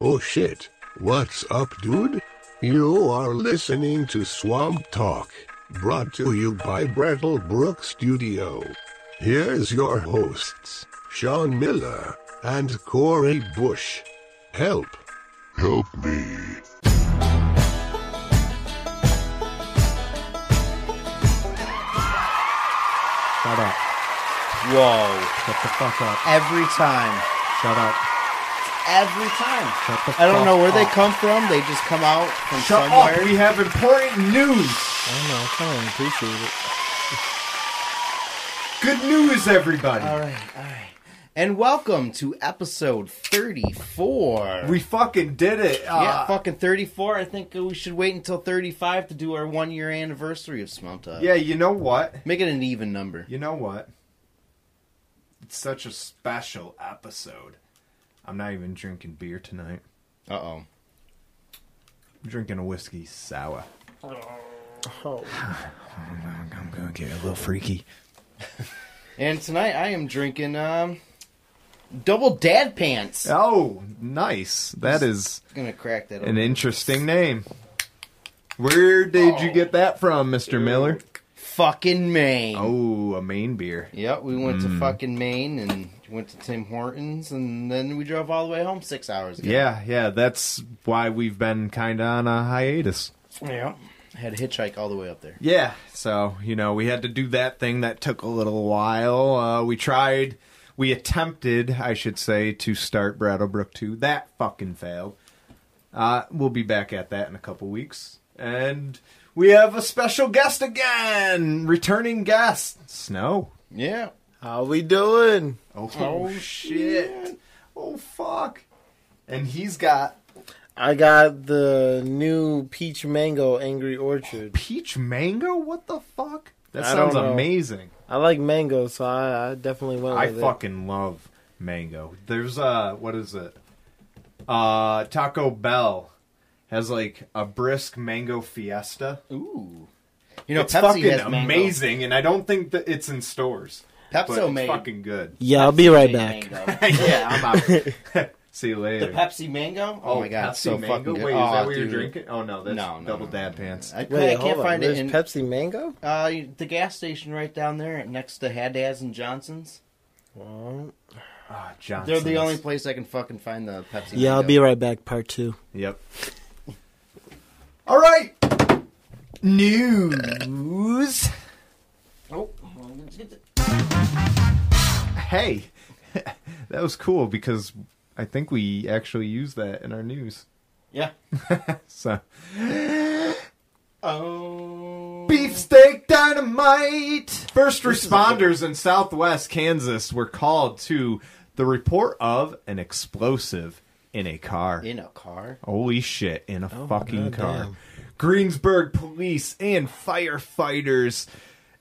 Oh shit, what's up, dude? You are listening to Swamp Talk, brought to you by Brattlebrook Studio. Here's your hosts, Sean Miller and Corey Bush. Help. Help me. Shut up. Whoa. Shut the fuck up. Every time. Shut up. Every time. Shut the I don't fuck know where they up. come from. They just come out from Shut somewhere. up! We have important news. I don't know. I kind of appreciate it. Good news, everybody. All right, all right. And welcome to episode 34. We fucking did it. Uh, yeah, fucking 34. I think we should wait until 35 to do our one year anniversary of Swamp Talk. yeah, you know what? Make it an even number. You know what? It's such a special episode. I'm not even drinking beer tonight. Uh oh. I'm drinking a whiskey sour. Oh. I'm I'm gonna get a little freaky. And tonight I am drinking um, Double Dad Pants. Oh, nice. That is gonna crack that an open. interesting name. Where did you get that from, Mr. Miller? Fucking Maine. Oh, a Maine beer. Yep, we went Mm. to fucking Maine and went to Tim Hortons, and then we drove all the way home six hours ago. Yeah, yeah, that's why we've been kind of on a hiatus. Yeah. Had to hitchhike all the way up there. Yeah, so, you know, we had to do that thing that took a little while. Uh, we tried, we attempted, I should say, to start Brattlebrook 2. That fucking failed. Uh, we'll be back at that in a couple weeks. And we have a special guest again! Returning guest, Snow. Yeah. How we doing? Oh, Oh, shit. Oh, fuck. And he's got I got the new peach mango angry orchard. peach mango? What the fuck? That I don't sounds know. amazing. I like mango, so I, I definitely Oh, went I with fucking love mango. There's uh what is it? Uh Taco Bell has like a brisk mango fiesta. Ooh. You know, it's Pepsi fucking has mango. amazing and I don't think that it's in stores. but Pepsi it's made. fucking good. it. Yeah, I'll be right made back. mango. yeah, I'm out. See you the later. Pepsi mango? Oh, my Pepsi god, it's so mango? fucking good. Wait, oh, is that what dude. you're drinking? Oh no, that's No, no, double no, dad pants. I, Wait, I can't hold on. find it There's in Pepsi mango? uh, the gas station right down there next to Haddad's and Johnson's. Well, Ah, Johnson's. They're the only place I can fucking find the Pepsi mango. yeah, I'll be right back. Part two. Yep. All right. News. Oh, well, let's get the- Hey, that was cool because I think we actually used that in our news. Yeah. So Oh. beefsteak dynamite. First responders in Southwest Kansas were called to the report of an explosive in a car. In a car? Holy shit, in a fucking car. goddamn. Greensburg police and firefighters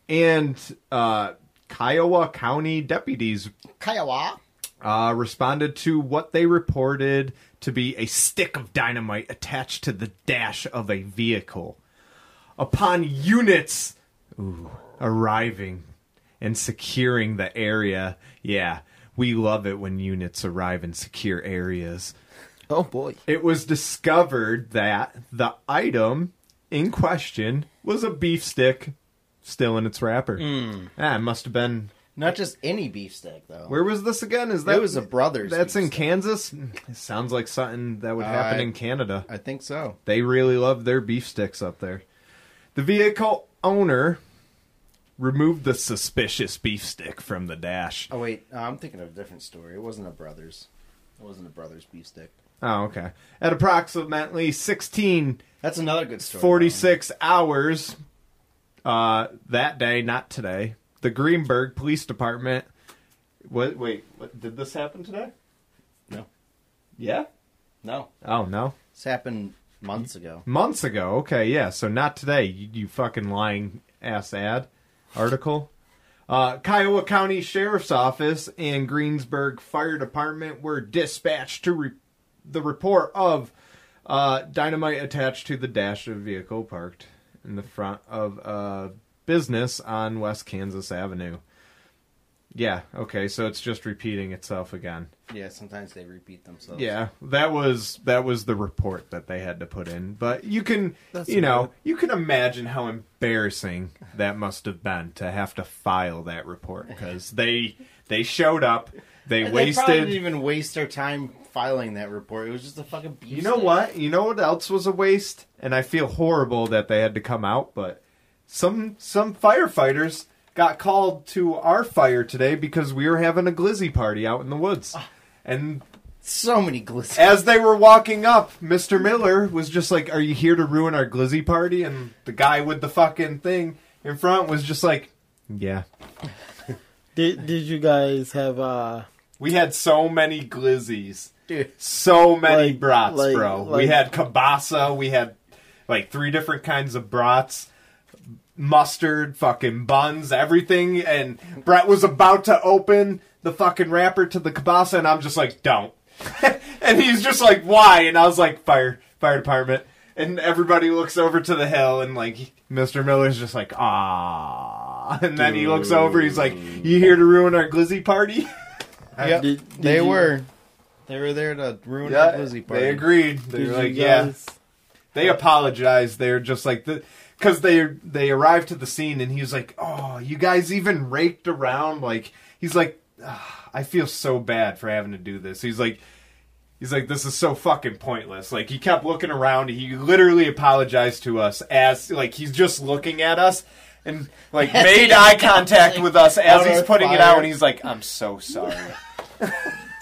and uh, Kiowa County deputies Kiowa? uh, responded to what they reported to be a stick of dynamite attached to the dash of a vehicle. Upon units ooh, arriving and securing the area, yeah, we love it when units arrive and secure areas. Oh boy. It was discovered that the item in question was a beef stick still in its wrapper. Ah, it must have been. Not just any beef steak, though. Where was this again? Is that it was a brother's. That's beef in steak. Kansas. It sounds like something that would happen I- in Canada. I think so. They really love their beef sticks up there. The vehicle owner removed the suspicious beef stick from the dash. Oh wait, uh, I'm thinking of a different story. It wasn't a brother's. It wasn't a brother's beef stick. Oh, okay. At approximately 16 That's another good story. 46 hours uh, that day, not today. The Greenberg Police Department. What? Wait, what, did this happen today? No. Yeah. No, Oh no. this happened months ago. Months ago. Okay, yeah. So not today. You, you fucking lying ass ad article. Uh, Kiowa County Sheriff's Office and Greensburg Fire Department were dispatched to re- the report of uh, dynamite attached to the dash of a vehicle parked uh, in the front of a business on West Kansas Avenue. Yeah, okay, so it's just repeating itself again. Yeah, sometimes they repeat themselves. Yeah, that was that was the report that they had to put in. But you can That's you know, about you can imagine how embarrassing that must have been to have to file that report cuz they they showed up, they They wasted probably didn't even waste their time filing that report. It was just a fucking beast. You know what? You know what else was a waste? And I feel horrible that they had to come out, but some some firefighters got called to our fire today because we were having a glizzy party out in the woods. Ah. And So many glitz. as they were walking up, Mr. Miller was just like, "Are you here to ruin our glizzy party?" And the guy with the fucking thing in front was just like, "Yeah." Did Did you guys have uh? We had so many glizzies. Dude. So many Like- brats, like- bro. we like- had kielbasa. We had like three different kinds of brats, mustard, fucking buns, everything. And Brett was about to open the fucking wrapper to the kielbasa, and I'm just like, don't. and he's just like, why? And I was like, fire, fire department. And everybody looks over to the hill, and like Mr. Miller's just like, ah. And then he looks over, he's like, you here to ruin our glizzy party? Yep, Did- did they you- were. They were there to ruin Yeah, our glizzy party. They agreed. They Did were you like, yeah. guys- They apologized. They were just like the. Because they they arrived to the scene and he was like, "Oh, you guys even raked around." Like he's like, "Ah, "I feel so bad for having to do this." He's like, "He's like, this is so fucking pointless." Like he kept looking around. He literally apologized to us as like he's just looking at us and like made eye contact with us as Out he's of putting it fire. out. And he's like, "I'm so sorry."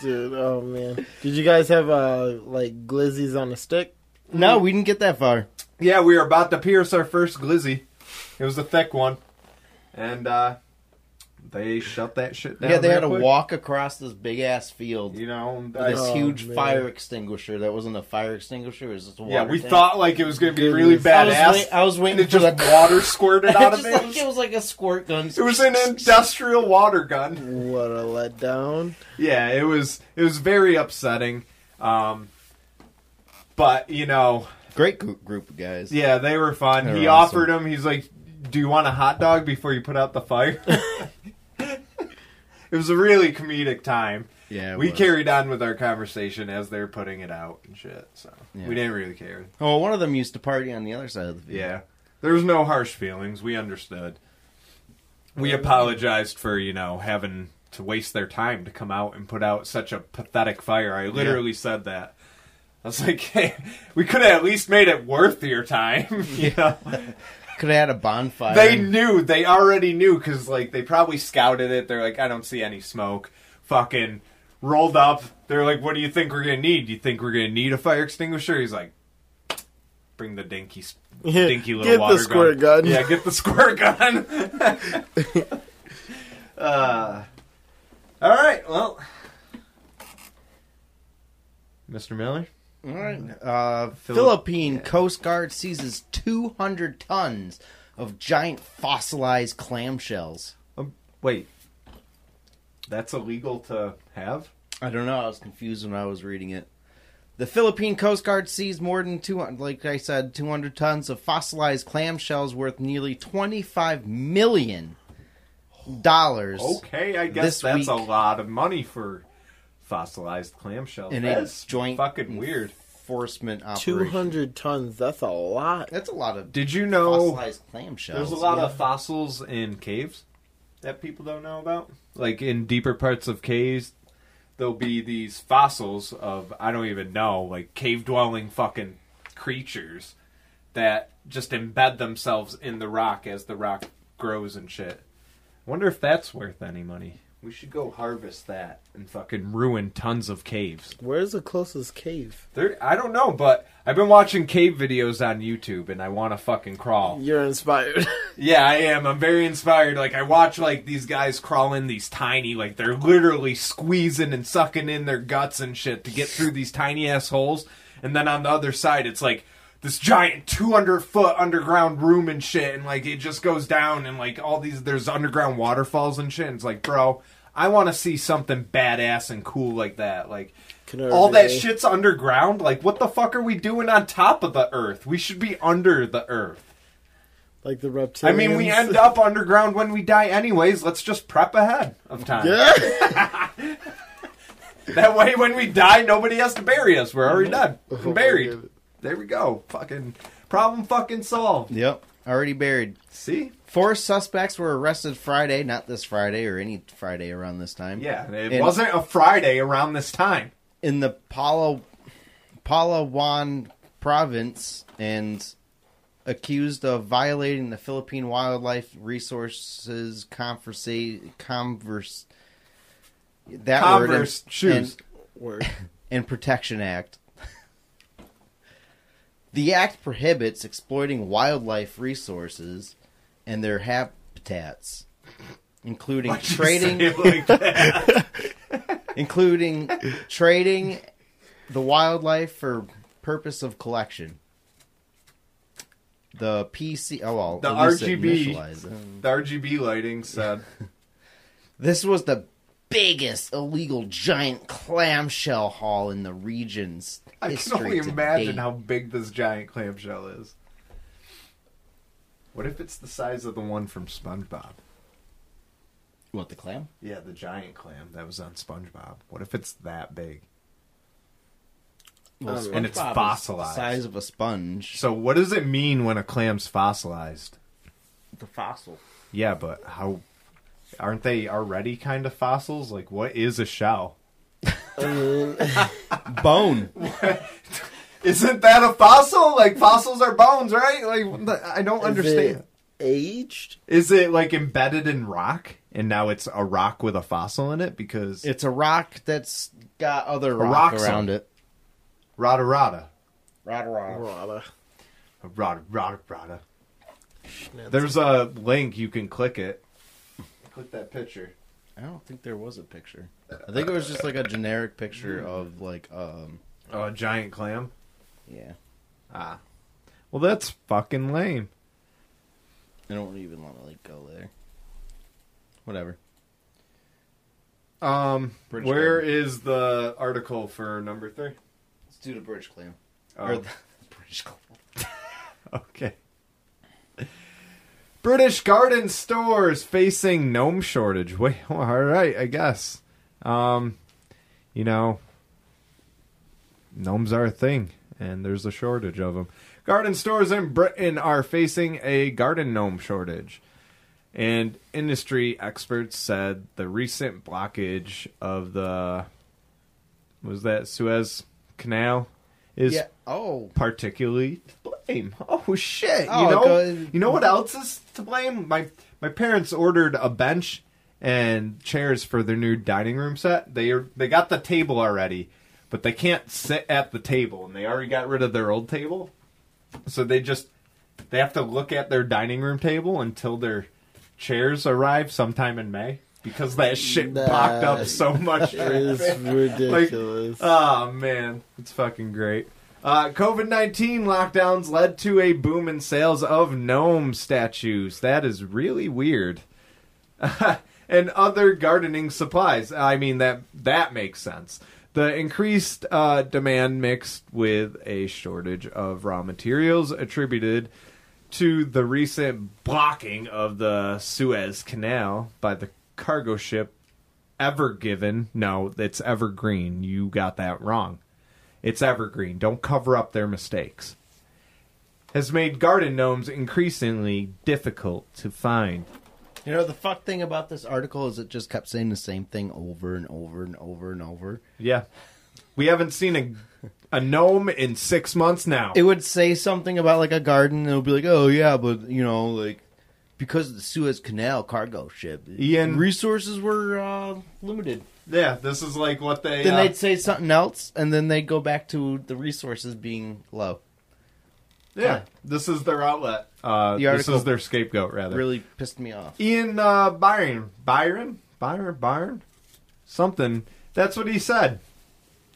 Dude, oh man. Did you guys have uh like glizzies on a stick? No, we didn't get that far. Yeah, we were about to pierce our first glizzy. It was a thick one. And uh they shut that shit down. yeah, they real had to quick. walk across this big ass field You know, with I- this Oh, huge man. fire extinguisher that wasn't a fire extinguisher. It was just a water yeah, we tank. thought like it was going to be really I was, badass. wait- I was and waiting it for just the water squirted out of Just it. like, it was like a squirt gun. it was an industrial water gun. What a letdown. Yeah, it was it was very upsetting. Um but, you know, Great gr- group of guys. yeah, they were fun. They he were awesome. offered him, he's like, "Do you want a hot dog before you put out the fire?" it was a really comedic time. Yeah, it we was. carried on with our conversation as they were putting it out and shit. So Yeah. we didn't really care. Oh, one of them used to party on the other side of the field. Yeah, there was no harsh feelings. We understood. We apologized for you know having to waste their time to come out and put out such a pathetic fire. I literally said that. I was like, hey, we could have at least made it worth your time. you know? Could have had a bonfire. They knew. They already knew because like they probably scouted it. They're like, I don't see any smoke. Fucking rolled up. They're like, What do you think we're gonna need? You think we're gonna need a fire extinguisher? He's like, Bring the dinky, s- Yeah, dinky little get the water squirt gun. Yeah, get the squirt gun. uh, all right. Well, Mr. Miller. All right. Uh, Philip- Philippine Coast Guard seizes 200 tons of giant fossilized clamshells. Um, wait. That's illegal to have. I don't know. I was confused when I was reading it. The Philippine Coast Guard seized more than 200, like I said, 200 tons of fossilized clamshells worth nearly 25 million dollars. Okay, I guess this that's a week. lot of money for fossilized clamshells. In a that's joint fucking weird. enforcement Two operation. hundred tons, that's a lot. That's a lot of Did you know fossilized clamshells. oh. there's a lot of fossils in caves that people don't know about? Like in deeper parts of caves, there'll be these fossils of I don't even know, like cave dwelling fucking creatures that just embed themselves in the rock as the rock grows and shit. Wonder if that's worth any money. We should go harvest that and fucking ruin tons of caves. Where's the closest cave? There, I don't know, but I've been watching cave videos on YouTube, and I want to fucking crawl. You're inspired. Yeah, I am. I'm very inspired. Like I watch like these guys crawl in these tiny, like they're literally squeezing and sucking in their guts and shit to get through these tiny ass holes. And then on the other side, it's like this giant 200 foot underground room and shit, and like it just goes down, and like all these there's underground waterfalls and shit. And it's like, bro, I want to see something badass and cool like that. Like Canary all that Bay. shit's underground. Like, what the fuck are we doing on top of the earth? We should be under the earth. like the reptilians. I mean, we end up underground when we die, anyways. Let's just prep ahead of time. Yeah. That way, when we die, nobody has to bury us. We're already dead Oh, I and buried. get it. There we go. Fucking problem. Fucking solved. Yep. Already buried. See? Four suspects were arrested Friday, not this Friday or any Friday around this time. Yeah, it And- wasn't a Friday around this time. in the Palo Palawan province and accused of violating the Philippine Wildlife Resources Conversa- Converse that Converse word and, shoes. and, Word. and Protection Act. the act prohibits exploiting wildlife resources and their habitats, including trading Like that. including trading the wildlife for purpose of collection. The PC, oh well, The at least it RGB. initialized it. the RGB lighting said. This was the biggest illegal giant clamshell haul in the region's I can history only to imagine date. how big this giant clamshell is. What if it's the size of the one from SpongeBob? what the clam? Yeah, the giant clam that was on SpongeBob. What if it's that big? Well, And it's SpongeBob is fossilized. the size of a sponge. So, what does it mean when a clam's fossilized? the fossil. Yeah, but how? Aren't they already kind of fossils? Like, what is a shell? I mean, Bone. Isn't that a fossil? Like, fossils are bones, right? Like, what the- I don't understand. aged? Is it like embedded in rock, and now it's a rock with a fossil in it because It's a rock that's got other rock rock, around song. it. rada rada, Rada, rada. Rada. rada rada rada. There's a link you can click it. Click that picture. I don't think there was a picture. I think it was just like a generic picture of like um Oh, a giant clam. yeah. Ah, well, that's fucking lame. I don't even want to like go there. Whatever. Um, British where clam. is the article for number three? Let's do the British clam. Oh. Or the British clam. Okay. British garden stores facing gnome shortage. Wait, all right, I guess. Um, you know, gnomes are a thing, and there's a shortage of them. Garden stores in Britain are facing a garden gnome shortage. And industry experts said the recent blockage of the was that Suez Canal is Yeah. Oh. particularly to blame. Oh shit! Oh, you know, go- you know what else is to blame? My my parents ordered a bench and chairs for their new dining room set. They are, they got the table already, but they can't sit at the table, and they already got rid of their old table. So they just they have to look at their dining room table until their chairs arrive sometime in May because that shit Nah. blocked up so much. It's ridiculous. Oh man, it's fucking great. Uh, COVID nineteen lockdowns led to a boom in sales of gnome statues. That is really weird. and other gardening supplies. I mean that that makes sense. The increased uh, demand mixed with a shortage of raw materials attributed to the recent blocking of the Suez Canal by the cargo ship Evergiven. No, it's Evergreen. You got that wrong. It's Evergreen. Don't cover up their mistakes. Has made garden gnomes increasingly difficult to find. You know the fuck thing about this article is it just kept saying the same thing over and over and over and over. Yeah. We haven't seen a a gnome in six months now. It would say something about like a garden and it would be like, "Oh yeah, but you know, like because of the Suez Canal cargo ship, Ian- resources were uh, limited." yeah, this is like what they. then uh, they'd say something else, and then they'd go back to the resources being low. yeah, this is their outlet. Uh, The this article- is their scapegoat, rather. Really pissed me off. Ian uh, Byron, Byron, Byron, Byron, something. That's what he said.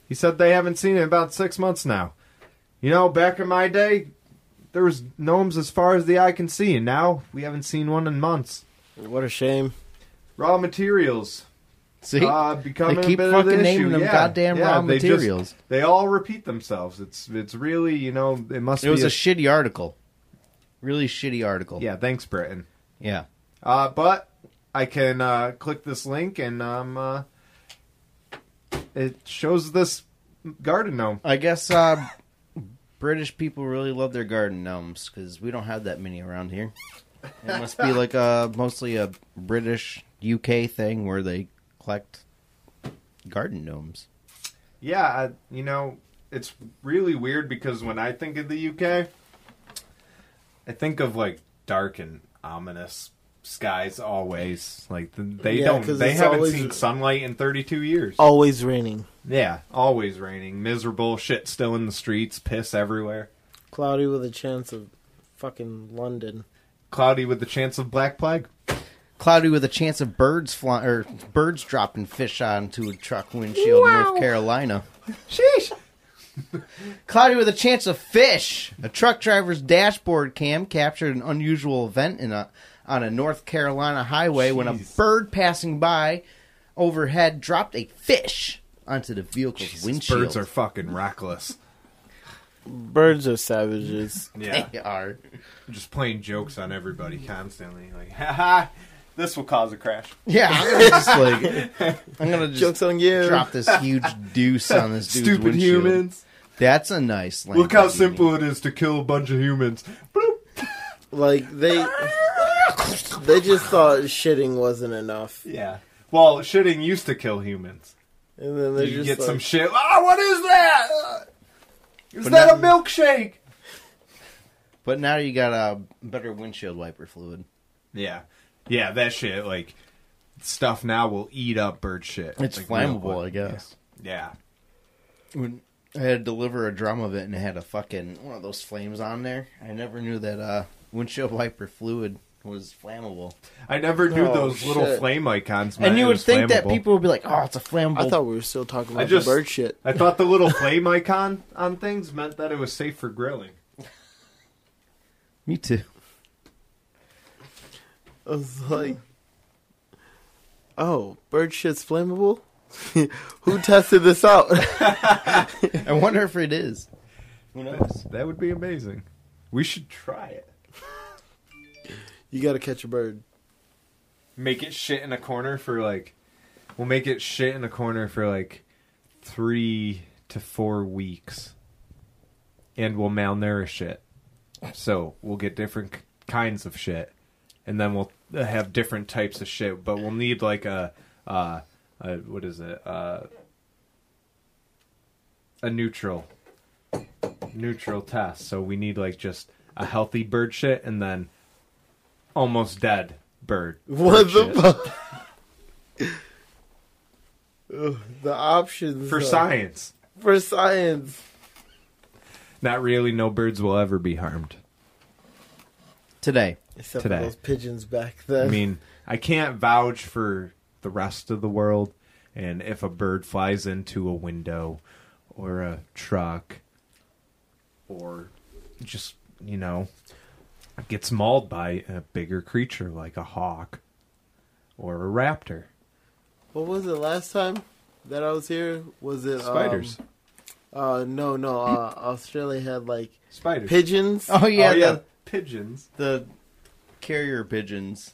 He said they haven't seen it in about six months now. You know, back in my day, there was gnomes as far as the eye can see, and now we haven't seen one in months. what a shame. Raw materials See, uh, becoming they keep a bit of fucking an naming issue. them yeah, goddamn yeah, raw they just- materials. they all repeat themselves. It's it's really you know it must it was be a shitty article. Really shitty article. Yeah, thanks, Britain. Yeah. Uh, but I can uh, click this link and um, uh, it shows this garden gnome. I guess uh, British people really love their garden gnomes because we don't have that many around here. It must be like a mostly a British UK thing where they collect garden gnomes. Yeah, I, you know, it's really weird because when I think of the UK, I think of like dark and ominous skies always. Like th- they Yeah, don't, 'cause they it's haven't always- seen sunlight in 32 years. Always raining. Yeah, always raining, miserable shit still in the streets, piss everywhere. Cloudy with a chance of fucking London. Cloudy with the chance of black plague. Cloudy with a chance of birds fly or birds dropping fish onto a truck windshield, in North Carolina. Sheesh. Cloudy with a chance of fish. A truck driver's dashboard cam captured an unusual event in a on a North Carolina highway when a Jeez. bird passing by overhead dropped a fish onto the vehicle's windshield. Birds are fucking reckless. Birds are savages. Yeah, They are. just playing jokes on everybody constantly. Like, haha, this will cause a crash. Yeah, I'm gonna just like I'm gonna just Jokes on you. drop this huge deuce on this dude's Stupid windshield. humans. That's a nice. Look how language using. simple it is to kill a bunch of humans. Bloop. Like they, they just thought shitting wasn't enough, Yeah. Well, shitting used to kill humans. and then they you just get like, some shit. Ah, what is that? Ah, Is that a milkshake? But now you got a better windshield wiper fluid. Yeah. Yeah, that shit, like, stuff now will eat up bird shit. It's Like, real flammable, quick. I guess. Yeah. When I had to deliver a drum of it and it had a fucking one of those flames on there. I never knew that uh, windshield wiper fluid was flammable. I never knew Oh, those little shit. flame icons. meant and you it would was think that flammable. people would be like, "Oh, it's a flammable." I thought we were still talking I about just- the bird shit. I thought the little flame icon on things meant that it was safe for grilling. Me too. I was like, oh, bird shit's flammable. Who tested this out? I wonder if it is. Who knows? That would be amazing. We should try it. you got to catch a bird. Make it shit in a corner for like. We'll make it shit in a corner for like three to four weeks. And we'll malnourish it. So we'll get different k- kinds of shit. And then we'll uh, have different types of shit. But we'll need like a. Uh, a what is it? Uh, a neutral neutral test. So we need like just a healthy bird shit and then almost dead bird. What bird the shit. fuck? Ugh, the options for are- science? For science, Not really. No birds will ever be harmed. Today, except Today. for those pigeons back then. I mean, I can't vouch for the rest of the world. And if a bird flies into a window or a truck or just, you know, gets mauled by a bigger creature like a hawk or a raptor, what was it last time that I was here? Was it um, spiders. uh, no, no. Uh, Australia had like Spiders. pigeons. oh yeah, The, pigeons. the carrier pigeons,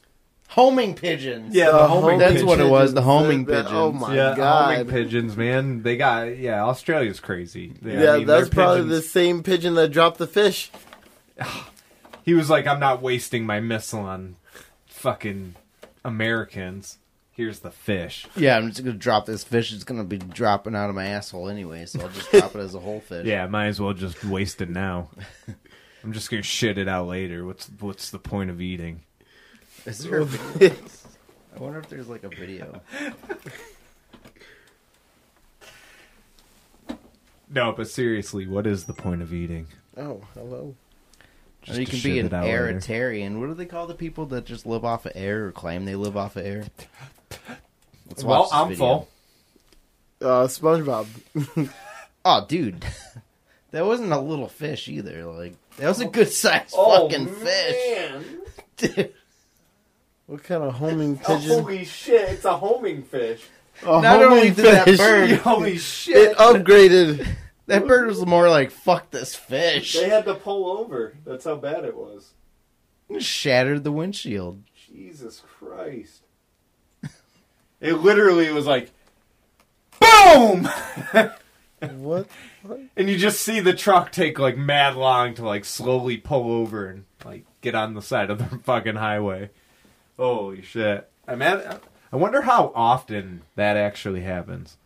homing pigeons. Yeah, the homing That's what it was, the pigeons, homing that- Oh pigeons. my yeah, god! homing pigeons, man. They got yeah. Australia's crazy. They- I yeah, mean, that's their probably the pigeons- same pigeon that dropped the fish. He was like, "I'm not wasting my missile on fucking Americans." Here's the fish. Yeah, I'm just gonna drop this fish. It's gonna be dropping out of my asshole anyway, so I'll just drop it as a whole fish. Yeah, might as well just waste it now. I'm just gonna shit it out later. What's what's the point of eating? Is there? Oh, A video? I wonder if there's like a video. No, but seriously, what is the point of eating? Oh, hello. Or you to can shit be an it out later. aeritarian. What do they call the people that just live off of air or claim they live off of air? Let's watch Well, this I'm video. full. Uh, SpongeBob. Oh, dude, that wasn't a little fish either. Like that was a Oh. good sized fucking fish. Dude, What kind of homing pigeon? Oh, shit! It's a homing fish. A Oh, Not homing only did that fish. bird- Holy shit! It upgraded. that bird was more like fuck this fish. had to pull over. That's how bad it was. and shattered the windshield. Jesus Christ. It literally was like, boom! What? what? And you just see the truck take like mad long to like slowly pull over and like get on the side of the fucking highway. Holy shit. I'm at, I wonder how often that actually happens.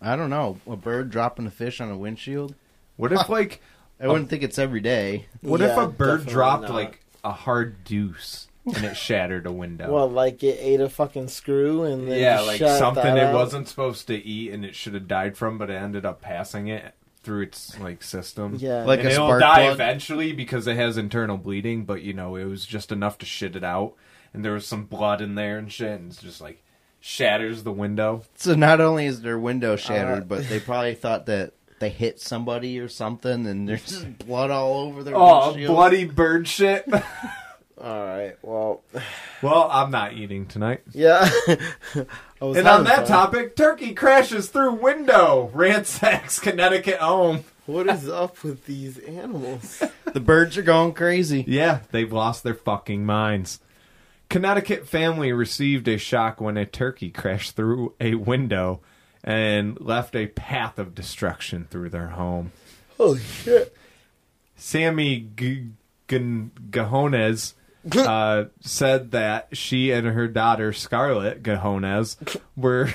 I don't know. A bird dropping a fish on a windshield? What if like I wouldn't think it's every day. what if Yeah, a bird definitely dropped not. like a hard deuce and it shattered a window? Well, like it ate a fucking screw and then yeah, just like shot something that it out? wasn't supposed to eat and it should have died from, but it ended up passing it through its like system. Yeah. Like and a it'll spark die plug? eventually because it has internal bleeding, but you know it was just enough to shit it out, and there was some blood in there and shit, and it's just like shatters the window. So not only is their window shattered, Uh, but they probably thought that they hit somebody or something, and there's just blood all over their Oh, windshield. bloody bird shit! All right. Well, well, I'm not eating tonight. yeah. I was And on having that fun. topic, turkey crashes through window, ransacks Connecticut home. what is up with these animals? The birds are going crazy. Yeah, they've lost their fucking minds. Connecticut family received a shock when a turkey crashed through a window and left a path of destruction through their home. Holy shit! Sammy G- G- Gajones uh, said that she and her daughter Scarlett Gajones were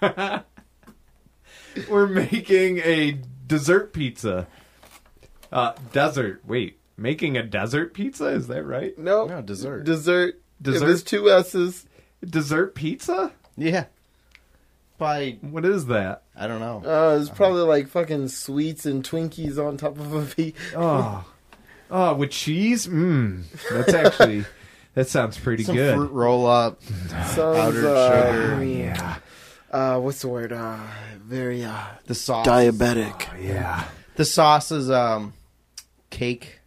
were making a dessert pizza. Uh, desert. Wait, making a desert pizza is that right? No, No, dessert. Dessert. Dessert. Dessert? There's two S's. Dessert pizza? Yeah. Probably, What is that? I don't know. Uh, it's probably like fucking sweets and Twinkies on top of a pea. Oh, oh, with cheese. Mmm. That's actually that sounds pretty Some good. fruit roll up. Sounds, Powdered uh, sugar. Yeah, Uh, what's the word? Uh, very uh, The sauce. diabetic. yeah, The sauce is um, cake,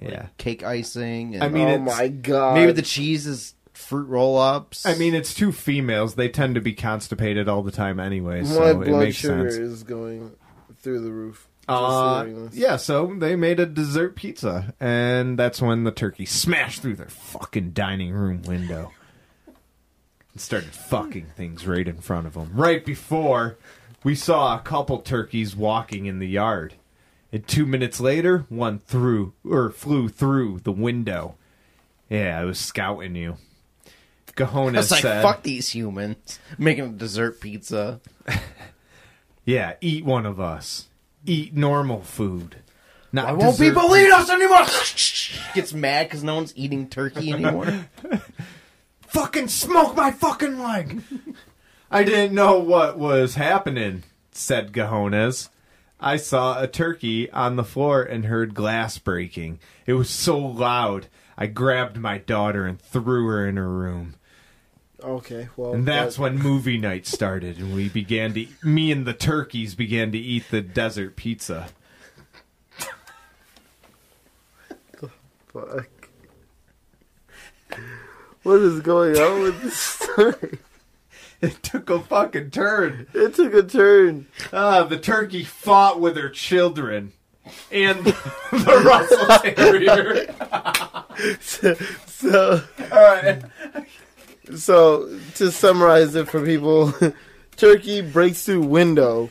yeah. cake icing. And uh, I mean, oh it's- my god! maybe the cheese is fruit roll ups. I mean, it's two females. They tend to be constipated all the time anyway, so my it blood makes sugar sense. is going through the roof. Just Uh, hearing this. yeah, so they made a dessert pizza, and that's when the turkey smashed through their fucking dining room window and started fucking things right in front of them. Right before we saw a couple turkeys walking in the yard, and two minutes later, one through or flew through the window. Yeah, I was scouting you. Gajonas it's like, said, fuck these humans. Making a dessert pizza. Yeah, eat one of us. Eat normal food. Not Why won't dessert people food. eat us anymore? Gets mad because no one's eating turkey anymore. Fucking smoke my fucking leg. I didn't know what was happening, said Gajones. I saw a turkey on the floor and heard glass breaking. It was so loud. I grabbed my daughter and threw her in her room. Okay. Well, And that's that- when movie night started and we began to me and the turkeys began to eat the desert pizza. Fuck. What is going on with this story? It took a fucking turn. It took a turn. Ah, the turkey fought with her children and the Russell Terrier. So, All right. so to summarize it for people, Turkey breaks through window.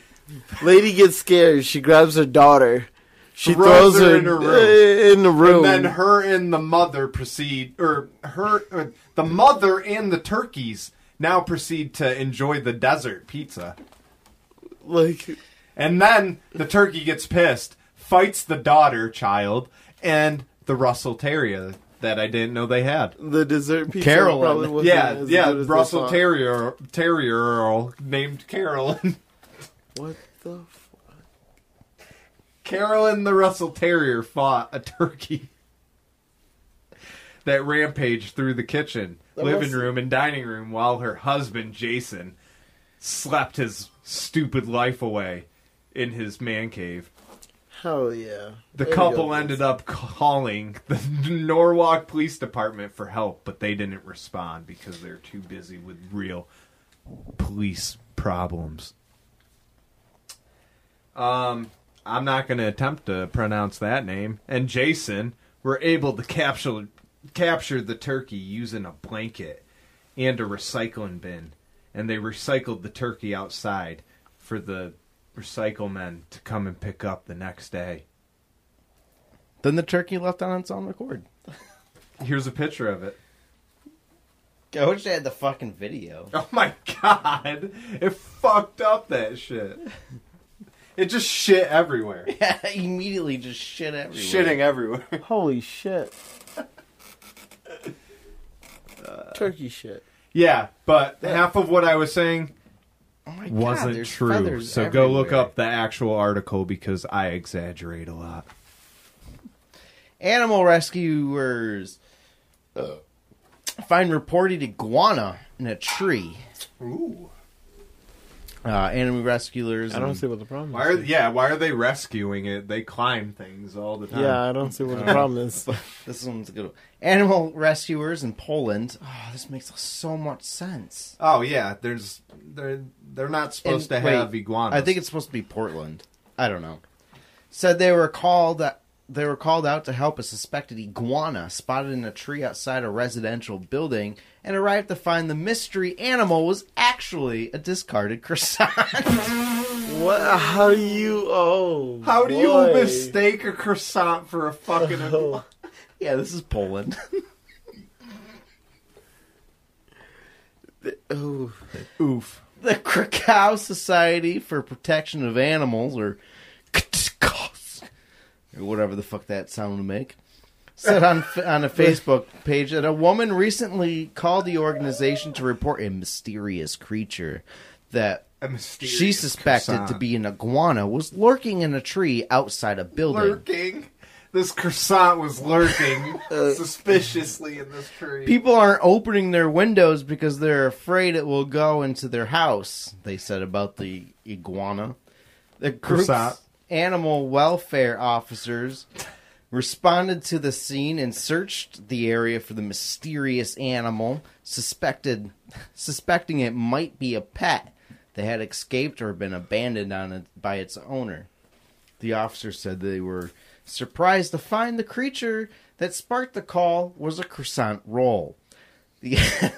Lady gets scared. She grabs her daughter. She Throws throws her her, in her room. eh, in the room. And then her and the mother proceed, or her, or the mother and the turkeys now proceed to enjoy the desert pizza. like, And then the turkey gets pissed, fights the daughter child and the Russell Terrier that I didn't know they had. the dessert pizza Carolyn. probably wasn't Yeah, as yeah, good as they Russell thought. Terrier Terrier Earl named Carolyn. What the fuck? Carolyn the Russell Terrier fought a turkey that rampaged through the kitchen, That living must- room, and dining room while her husband, Jason, slept his stupid life away in his man cave. Hell yeah. The There you couple go. ended up calling the Norwalk Police Department for help, but they didn't respond because they're too busy with real police problems. Um, I'm not going to attempt to pronounce that name. And Jason were able to capture capture the turkey using a blanket and a recycling bin, and they recycled the turkey outside for the recycle men to come and pick up the next day. Then the turkey left on its own accord. Here's a picture of it. I wish they had the fucking video. Oh my god! It fucked up that shit. It just shit everywhere. Immediately just shit everywhere. Shitting everywhere. Holy shit. Uh, Turkey shit. Yeah, but half of what I was saying Oh my God, wasn't there's true. feathers So go look everywhere. up the actual article because I exaggerate a lot. Animal rescuers find reported iguana in a tree. Ooh. Uh, animal rescuers. I don't and- see what the problem Why are is. yeah, why are they rescuing it? They climb things all the time. yeah, I don't see what the problem is. This one's a good. One. Animal rescuers in Poland. Oh, this makes so much sense. Oh yeah, there's they're they're not supposed And to have wait, iguanas. I think it's supposed to be Portland. I don't know. Said they were called. They were called out to help a suspected iguana spotted in a tree outside a residential building, and arrived to find the mystery animal was actually a discarded croissant. What? How do you? Oh, how do boy. you mistake a croissant for a fucking iguana? yeah, this is Poland. Oh, Oof. the Krakow Society for Protection of Animals, or KTSKOS, or whatever the fuck that sound would make, said on on a Facebook page that a woman recently called the organization to report a mysterious creature that A mysterious she suspected to croissant. be an iguana was lurking in a tree outside a building. lurking. This croissant was lurking Uh, suspiciously in this tree. People aren't opening their windows because they're afraid it will go into their house, they said about the iguana. The group's Croissant. animal welfare officers responded to the scene and searched the area for the mysterious animal, suspected suspecting it might be a pet that had escaped or been abandoned on it by its owner. The officer said they were surprised to find the creature that sparked the call was a croissant roll. The,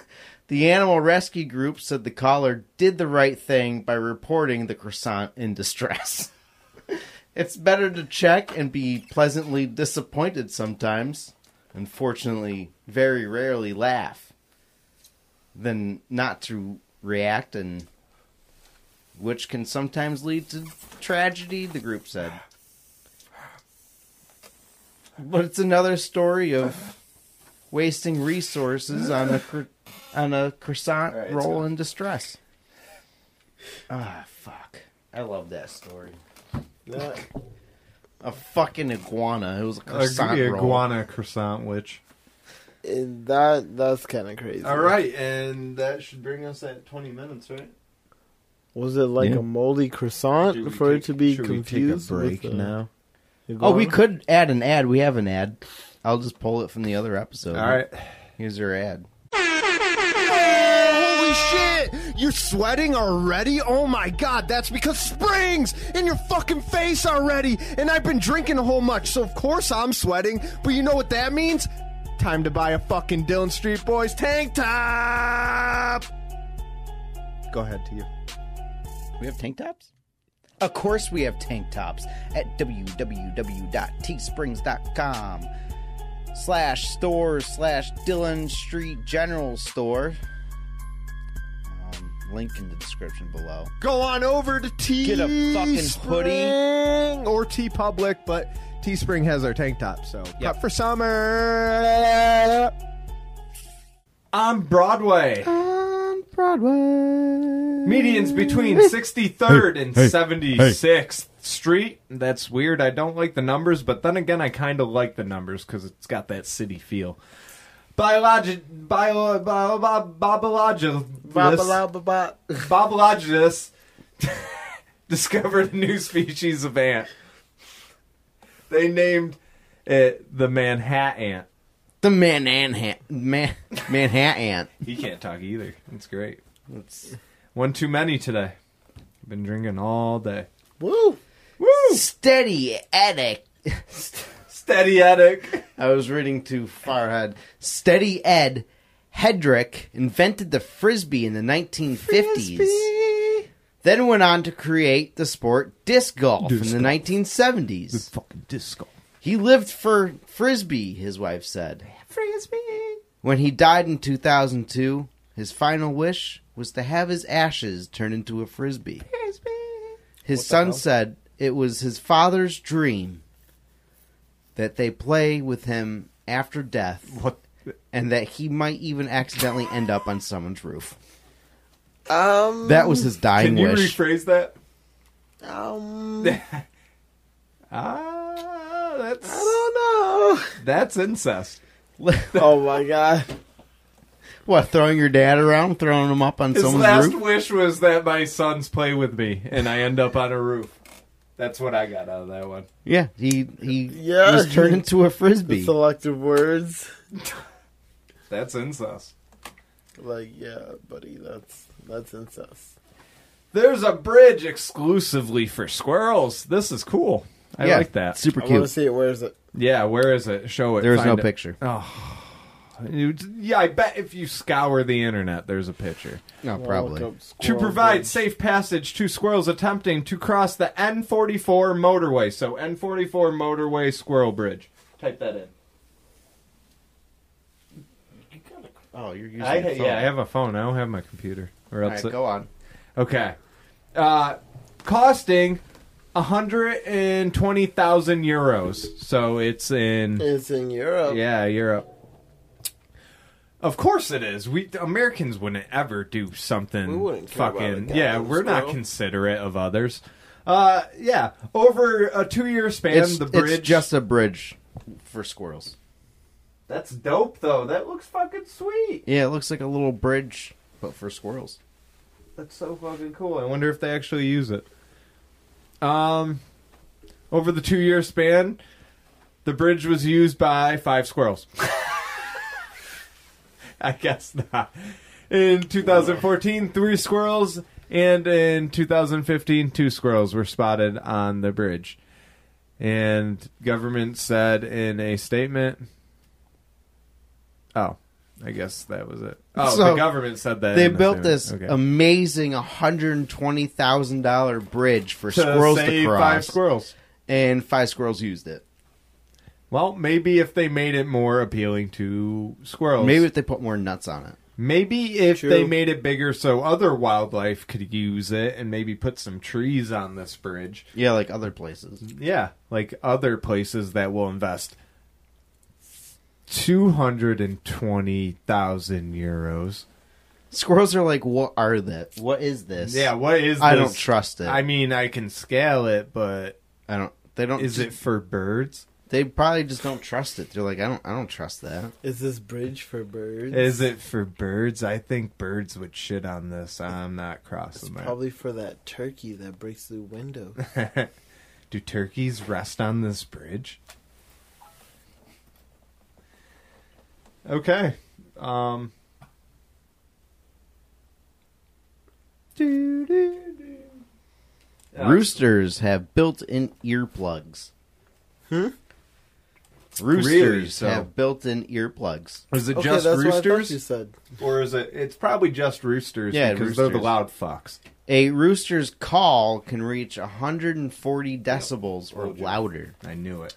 the animal rescue group said the caller did the right thing by reporting the croissant in distress. it's better to check and be pleasantly disappointed sometimes, unfortunately, very rarely laugh, than not to react and which can sometimes lead to tragedy, the group said. But it's another story of wasting resources on a cr- on a croissant All right, it's roll gone. in distress. Ah, fuck! I love that story. A fucking iguana. It was a croissant roll. iguana croissant witch. and that that's kind of crazy. All right, and that should bring us at 20 minutes, right? Was it like Yeah. a moldy Do croissant we for take- it to be should we take a confused? break with, uh, now? Oh, we iguana? could add an ad. We have an ad. I'll just pull it from the other episode. All right. Here's our ad. Holy shit! You're sweating already? Oh my god, that's because spring's in your fucking face already! And I've been drinking a whole much, so of course I'm sweating. But you know what that means? Time to buy a fucking Dylan Street Boys tank top! Go ahead to you. We have tank tops? Of course, we have tank tops at www.teesprings.com slash store slash Dillon Street General Store. Um, link in the description below. Go on over to T. Get a fucking hoodie. or T Public, but Teespring has our tank top, so Yep. cut for summer. On Broadway. On Broadway. Medians between 63rd and 76th Street. That's weird. I don't like the numbers, but then again, I kind of like the numbers because it's got that city feel. Biologi- bio- bio- bio- biologi- Ba, ba, la, ba, ba. Bobologists discovered a new species of ant. They named it the Manhattan ant. The Manhattan Man Manhattan. He can't talk either. That's great. It's One too many today. Been drinking all day. Woo! Woo! steady addict. Steady Attic. I was reading too far ahead. Steady Ed Hedrick invented the frisbee in the 1950s. Then went on to create the sport disc golf in the 1970s. Fucking disco. He lived for Frisbee, his wife said. Frisbee. When he died in 2002, his final wish was to have his ashes turn into a Frisbee. His son said it was his father's dream that they play with him after death What? and that he might even accidentally end up on someone's roof. Um, That was his dying Can you wish. rephrase that? um, Ah, I that's don't know. that's incest. oh my god. what, throwing your dad around, throwing him up on His someone's last roof? wish was that my sons play with me and I end up on a roof. That's what I got out of that one. Yeah, he he Yeah, was turned he- into a Frisbee. Selective words. That's incest. Like, yeah, buddy, that's that's incest. There's a bridge exclusively for squirrels. This is cool. I Yeah, like that. Super I want to cute. see it. Where is it? Yeah, where is it? Show it. There was Find no it. picture. Oh. You- Yeah, I bet if you scour the internet, there's a picture. No, I'll probably. look up To squirrel provide bridge. safe passage to squirrels attempting to cross the N44 motorway. So, N44 motorway squirrel bridge. Type that in. Oh, you're using I, your phone. yeah, I have a phone. I don't have my computer. Or All else right, it- go on. Okay. Uh, costing 120,000 euros. So it's in It's in Europe. yeah, Europe. Of course it is. We Americans wouldn't ever do something We wouldn't care about fucking a Yeah, goddamn we're not squirrel. considerate of others. Uh, yeah, over a 2-year span It's, the bridge it's just a bridge for squirrels. That's dope though. That looks fucking sweet. Yeah, it looks like a little bridge, but for squirrels. That's so fucking cool. I wonder if they actually use it. Um, over the two year span, the bridge was used by five squirrels. I guess not. In 2014, three squirrels, and in 2015, two squirrels were spotted on the bridge. And government said in a statement. Oh, I guess that was it. Oh, the So, government said that. They in the built statement. this Okay amazing $120,000 bridge for to squirrels to save cross. five squirrels. And five squirrels used it. Well, maybe if they made it more appealing to squirrels. Maybe if they put more nuts on it. Maybe if True. they made it bigger so other wildlife could use it and maybe put some trees on this bridge. Yeah, like other places. Yeah, like other places that will invest 220,000 euros. Squirrels are like, what are that? What is this? Yeah, what is I this? don't trust it. I mean, I can scale it, but I don't. They don't. is it for birds? They probably just don't trust it. They're like, I don't. I don't trust that. Is this bridge for birds? Is it for birds? I think birds would shit on this. I'm not It's crossing that. probably for that turkey that breaks through window. Do turkeys rest on this bridge? Okay. Um. Yeah. Roosters have built-in earplugs. Hmm. Roosters Really, so- have built-in earplugs. Is it okay, just that's what I thought you roosters, said. or is it? It's probably just roosters Yeah, because they're the roosters. loud fucks. A rooster's call can reach 140 decibels or louder. I knew it.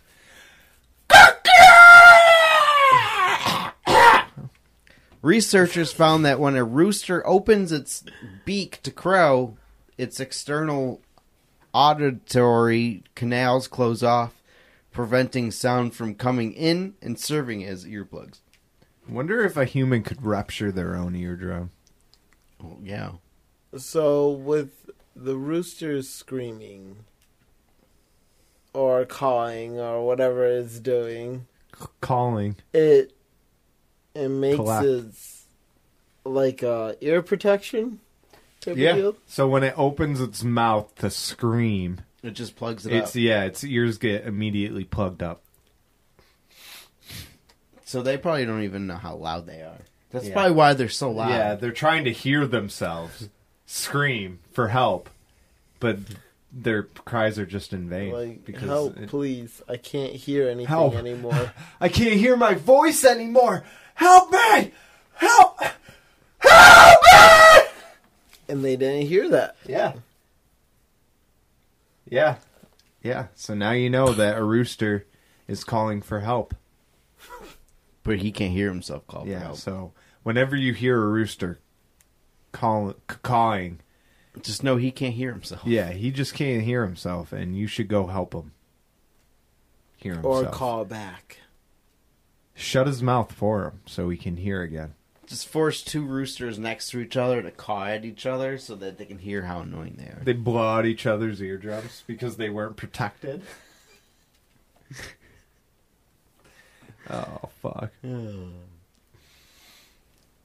Researchers found that when a rooster opens its beak to crow, its external auditory canals close off, preventing sound from coming in and serving as earplugs. Wonder if a human could rupture their own eardrum. Oh, yeah. So with the roosters screaming or calling or whatever it's doing, C- calling. it it makes Collect. its like uh ear protection type of deal. So when it opens its mouth to scream, It just plugs it it's up. yeah, its ears get immediately plugged up. So they probably don't even know how loud they are. That's Yeah. probably why they're so loud. Yeah, they're trying to hear themselves scream for help, but their cries are just in vain Like, because help, it- please. I can't hear anything Help. anymore. I can't hear my voice anymore. Help me! Help! And they didn't hear that. Yeah. Yeah. Yeah. So now you know that a rooster is calling for help. But he can't hear himself call yeah. for help. So whenever you hear a rooster call, c- calling, Just know he can't hear himself. yeah, he just can't hear himself, and you should go help him. Hear Or himself. call back. Shut his mouth for him so he can hear again. Just force two roosters next to each other to caw at each other so that they can hear how annoying they are. They blow out each other's eardrums because they weren't protected. oh fuck.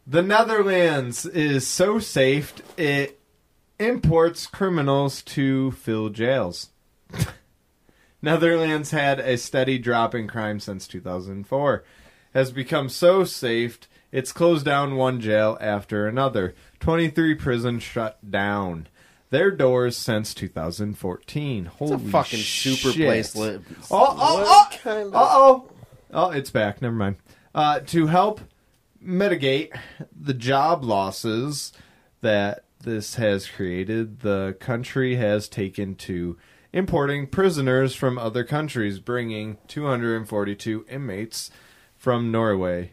the Netherlands is so safe it imports criminals to fill jails. Netherlands had a steady drop in crime since 2004. Has become so safe it's closed down one jail after another. 23 prisons shut down their doors since 2014. Holy It's a fucking shit. super place. Li- Oh, oh, oh, uh oh. Oh, it's back. Never mind. Uh, to help mitigate the job losses that this has created, the country has taken to importing prisoners from other countries, bringing 242 inmates from Norway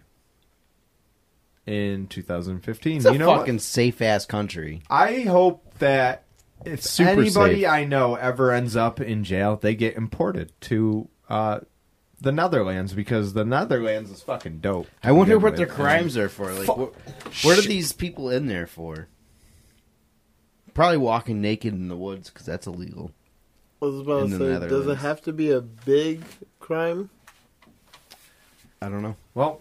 in 2015. it's a you know what? fucking safe ass country. I hope that if Super anybody safe. I know ever ends up in jail, they get imported to uh, the Netherlands because the Netherlands is fucking dope. I wonder Good what with. their crimes are for. Like, what, what are these people in there for? Probably walking naked in the woods because that's illegal. I was about In to the say, does it Netherlands. have to be a big crime? I don't know. Well,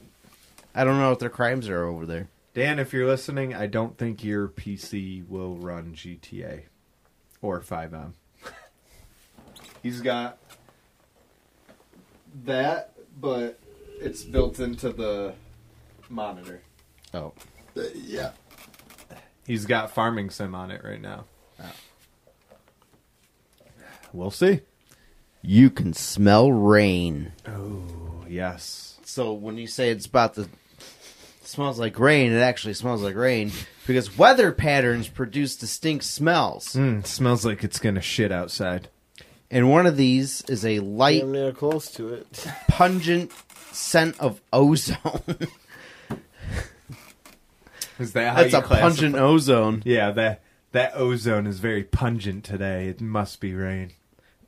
I don't know what their crimes are over there. Dan, if you're listening, I don't think your PC will run GTA or 5M. He's got that, but it's built into the monitor. Oh, Yeah. He's got farming sim on it right now. We'll see. you can smell rain. Oh, Yes. So when you say it's about the smells like rain, it actually smells like rain because weather patterns produce distinct smells. Mm, smells like it's gonna shit outside. And one of these is a light Damn near close to it. pungent scent of ozone. Is that how That's you a classify- pungent ozone Yeah, that that ozone is very pungent today. It must be rain.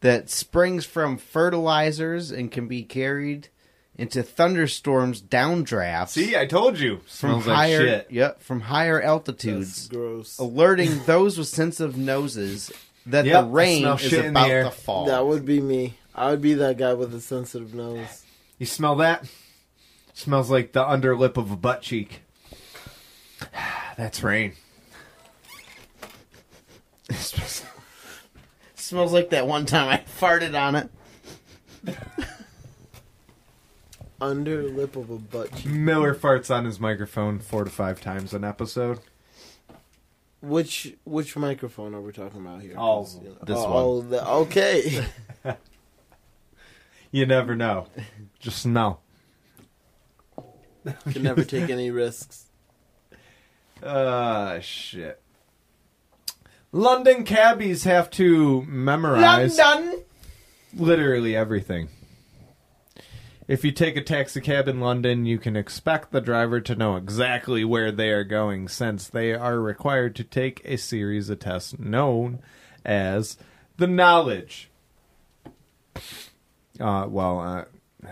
that springs from fertilizers and can be carried into thunderstorms downdrafts See, I told you. from Smells higher like shit. yep, from higher altitudes, It's gross. alerting those with sensitive noses that Yep, I the rain smell is shit in the about air. to fall. That would be me. I would be that guy with a sensitive nose. You smell that? Smells like the underlip of a butt cheek. That's rain. Smells like that one time I farted on it. Under lip of a butt cheek. Miller farts on his microphone four to five times an episode. Which which microphone are we talking about here? All of them. This oh, one. all of the- okay. You never know. Just know. Can never take any risks. Ah, shit. London cabbies have to memorize London. literally everything. If you take a taxi cab in London, you can expect the driver to know exactly where they are going since they are required to take a series of tests known as the knowledge. Uh, well, uh,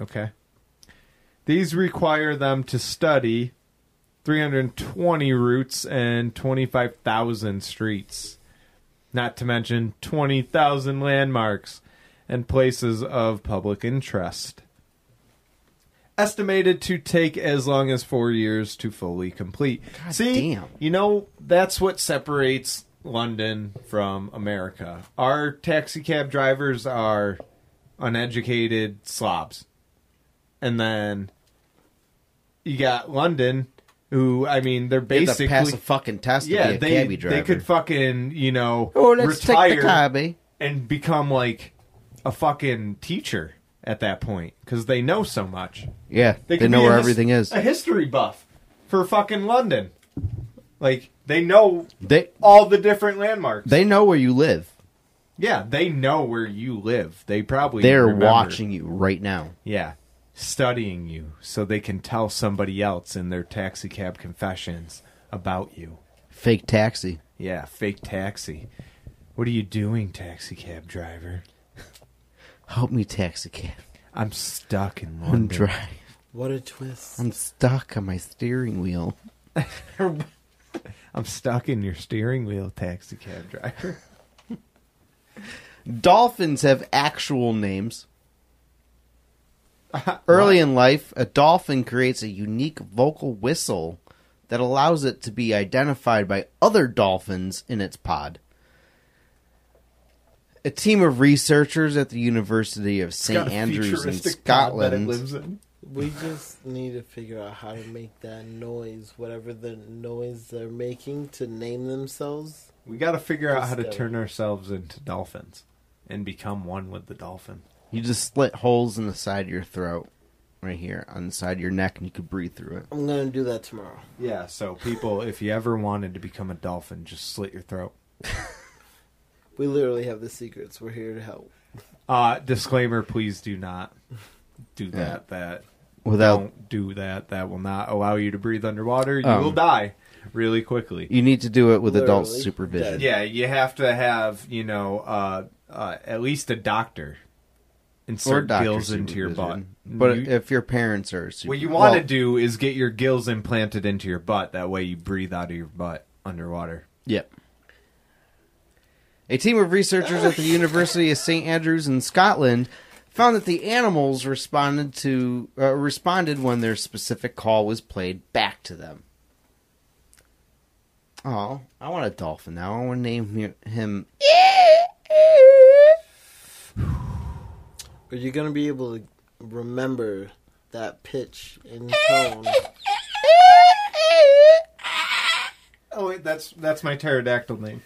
okay. These require them to study 320 routes and 25,000 streets not to mention 20,000 landmarks and places of public interest. Estimated to take as long as four years to fully complete. See, damn. you know, that's what separates London from America. Our taxi cab drivers are uneducated slobs. And then you got London, who I mean they're They have to basically pass a fucking test to yeah be a they cabbie driver. they could fucking you know oh, let's retire take the cabbie. and become like a fucking teacher at that point because they know so much. Yeah, they, could know be a where his- everything is. A history buff for fucking London. Like they know They all the different landmarks. they know where you live. yeah, they know where you live. They probably They're remember. watching you right now. Yeah, studying you so they can tell somebody else in their taxi cab confessions about you. Fake taxi. Yeah, fake taxi. What are you doing, taxi cab driver? Help me, taxi cab. I'm stuck in I'm London. dry. What a twist. I'm stuck on my steering wheel. I'm stuck in your steering wheel, taxi cab driver. Dolphins have actual names. Early in life, a dolphin creates a unique vocal whistle that allows it to be identified by other dolphins in its pod. A team of researchers at the University of St. Andrews in Scotland. in. We just need to figure out how to make that noise, whatever the noise they're making, to name themselves. We got to figure out how to Just, uh, turn ourselves into dolphins and become one with the dolphin. You just slit holes in the side of your throat, right here, on the side of your neck, and you could breathe through it. I'm gonna do that tomorrow. Yeah, so people, if you ever wanted to become a dolphin, just slit your throat. We literally have the secrets. We're here to help. Uh, disclaimer, please do not do that. That Without don't do that. That will not allow you to breathe underwater. You Um, will die really quickly. You need to do it with adult Literally. supervision. Yeah, you have to have, you know, uh, uh, at least a doctor insert doctor gills into your butt. supervision. But You- if your parents are, super, what you want to do is get your gills implanted into your butt. That way you breathe out of your butt underwater. Yep. A team of researchers at the University of St Andrews in Scotland found that the animals responded to uh, responded when their specific call was played back to them. Oh, I want a dolphin now. I want to name him- him. Are you gonna be able to remember that pitch and tone? Oh, wait, that's that's my pterodactyl name.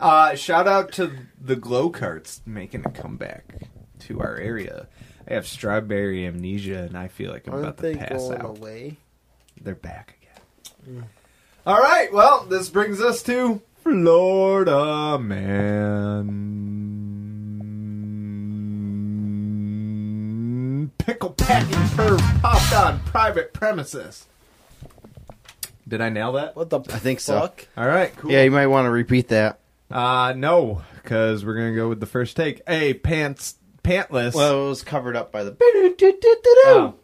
uh, shout out to the glow carts making a comeback to our area. I have strawberry amnesia, and I feel like I'm Aren't about to they pass going out. away? They're back again. All right. Well, this brings us to Florida man. Pickle packing perv popped on private premises. Did I nail that? What the I think so. fuck? All right. Cool. Yeah, you might want to repeat that. Uh, no, because we're gonna go with the first take. Hey, pants, pantless. Well, it was covered up by the. Oh.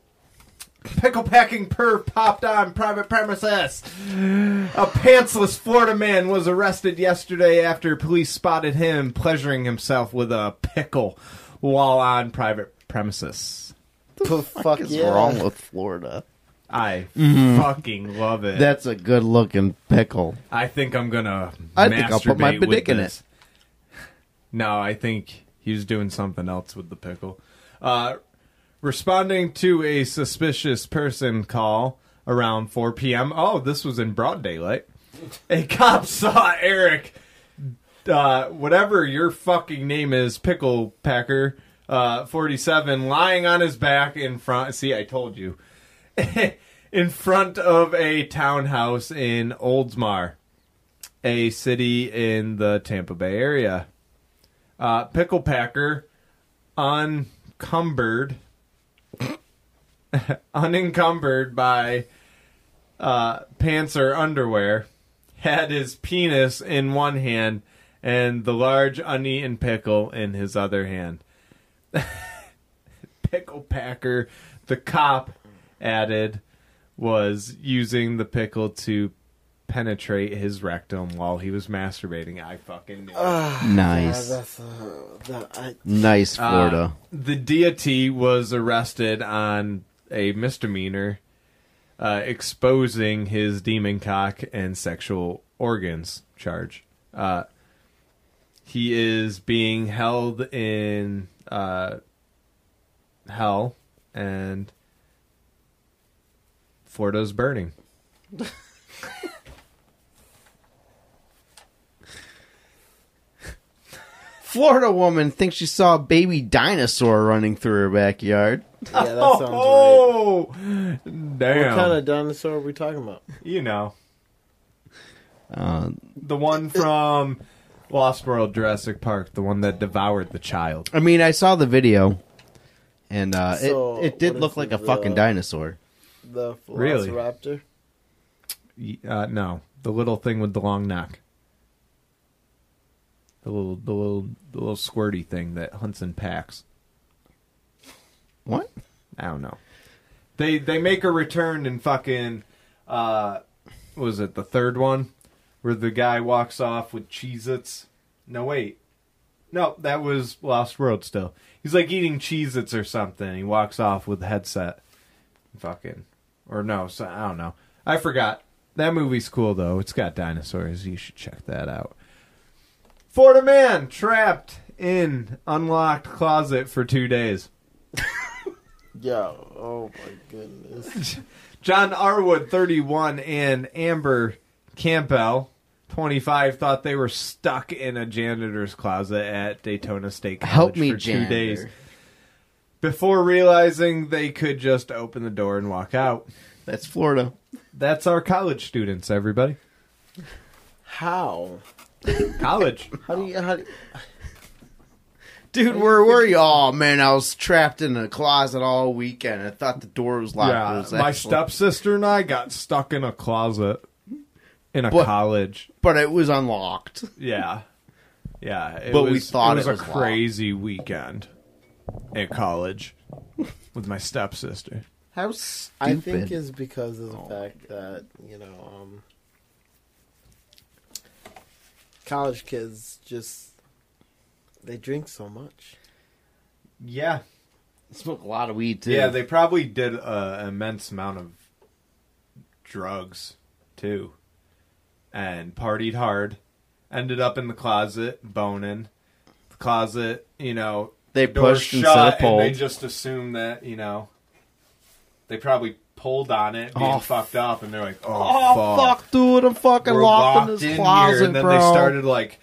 Pickle packing perv popped on private premises. A pantsless Florida man was arrested yesterday after police spotted him pleasuring himself with a pickle while on private premises. The fuck What's yeah. wrong with Florida? I fucking love it. That's a good looking pickle. I think I'm gonna. I think I'll put my masturbate with pedic in this. No, I think he was doing something else with the pickle. Uh, responding to a suspicious person call around 4 p.m. Oh, this was in broad daylight. A cop saw Eric, uh, whatever your fucking name is, Pickle Packer, uh, 47, lying on his back in front. See, I told you. in front of a townhouse in Oldsmar a city in the Tampa Bay area. Uh, pickle packer, uncumbered, unencumbered by uh, pants or underwear, had his penis in one hand and the large uneaten pickle in his other hand. pickle packer, the cop added, was using the pickle to penetrate his rectum while he was masturbating. I fucking knew. it. Yeah, Nice. Uh, that's, uh, that, I, nice, Florida. the deity was arrested on a misdemeanor uh, exposing his demon cock and sexual organs charge. Uh, he is being held in uh, hell and Florida's burning. Florida woman thinks she saw a baby dinosaur running through her backyard. Yeah, that sounds right. Oh, damn! What kind of dinosaur are we talking about? you know, the one from Lost World, Jurassic Park, the one that devoured the child. I mean, I saw the video, and uh, So, it it did what look is like a it, fucking uh, dinosaur. The Really? Velociraptor. Y- Uh, no, the little thing with the long neck. The little, the little, the little squirty thing that hunts in packs. What? I don't know. They they make a return in fucking uh what was it, the third one? Where the guy walks off with Cheez Its. No wait. No, that was Lost World still. He's like eating Cheez Its or something. He walks off with a headset. Fucking or no, so I don't know. I forgot. That movie's cool though. It's got dinosaurs. You should check that out. Florida man trapped in unlocked closet for two days. Yo, oh my goodness. John Arwood, 31, and Amber Campbell, 25, thought they were stuck in a janitor's closet at Daytona State College Help me, for janitor. two days before realizing they could just open the door and walk out. That's Florida. That's our college students, everybody. How? College. How do you? How do Dude, where were you? Oh man, I was trapped in a closet all weekend. I thought the door was locked. It yeah, was my actually- stepsister and I got stuck in a closet in a What? college. but it was unlocked. Yeah, yeah. It But was, we thought it was it a was locked. crazy weekend at college with my stepsister. How stupid! I think it's because of the Oh fact that you know, um, college kids just they drink so much. Yeah, smoke a lot of weed too. yeah. They probably did an immense amount of drugs too, and partied hard. Ended up in the closet boning. The closet, you know, They door pushed and set a shut, and pole. they just assumed that you know. They probably pulled on it, being Oh, fucked up, and they're like, "Oh, oh fuck. fuck, dude! I'm fucking were locked, locked in this here, closet, and then bro. they started like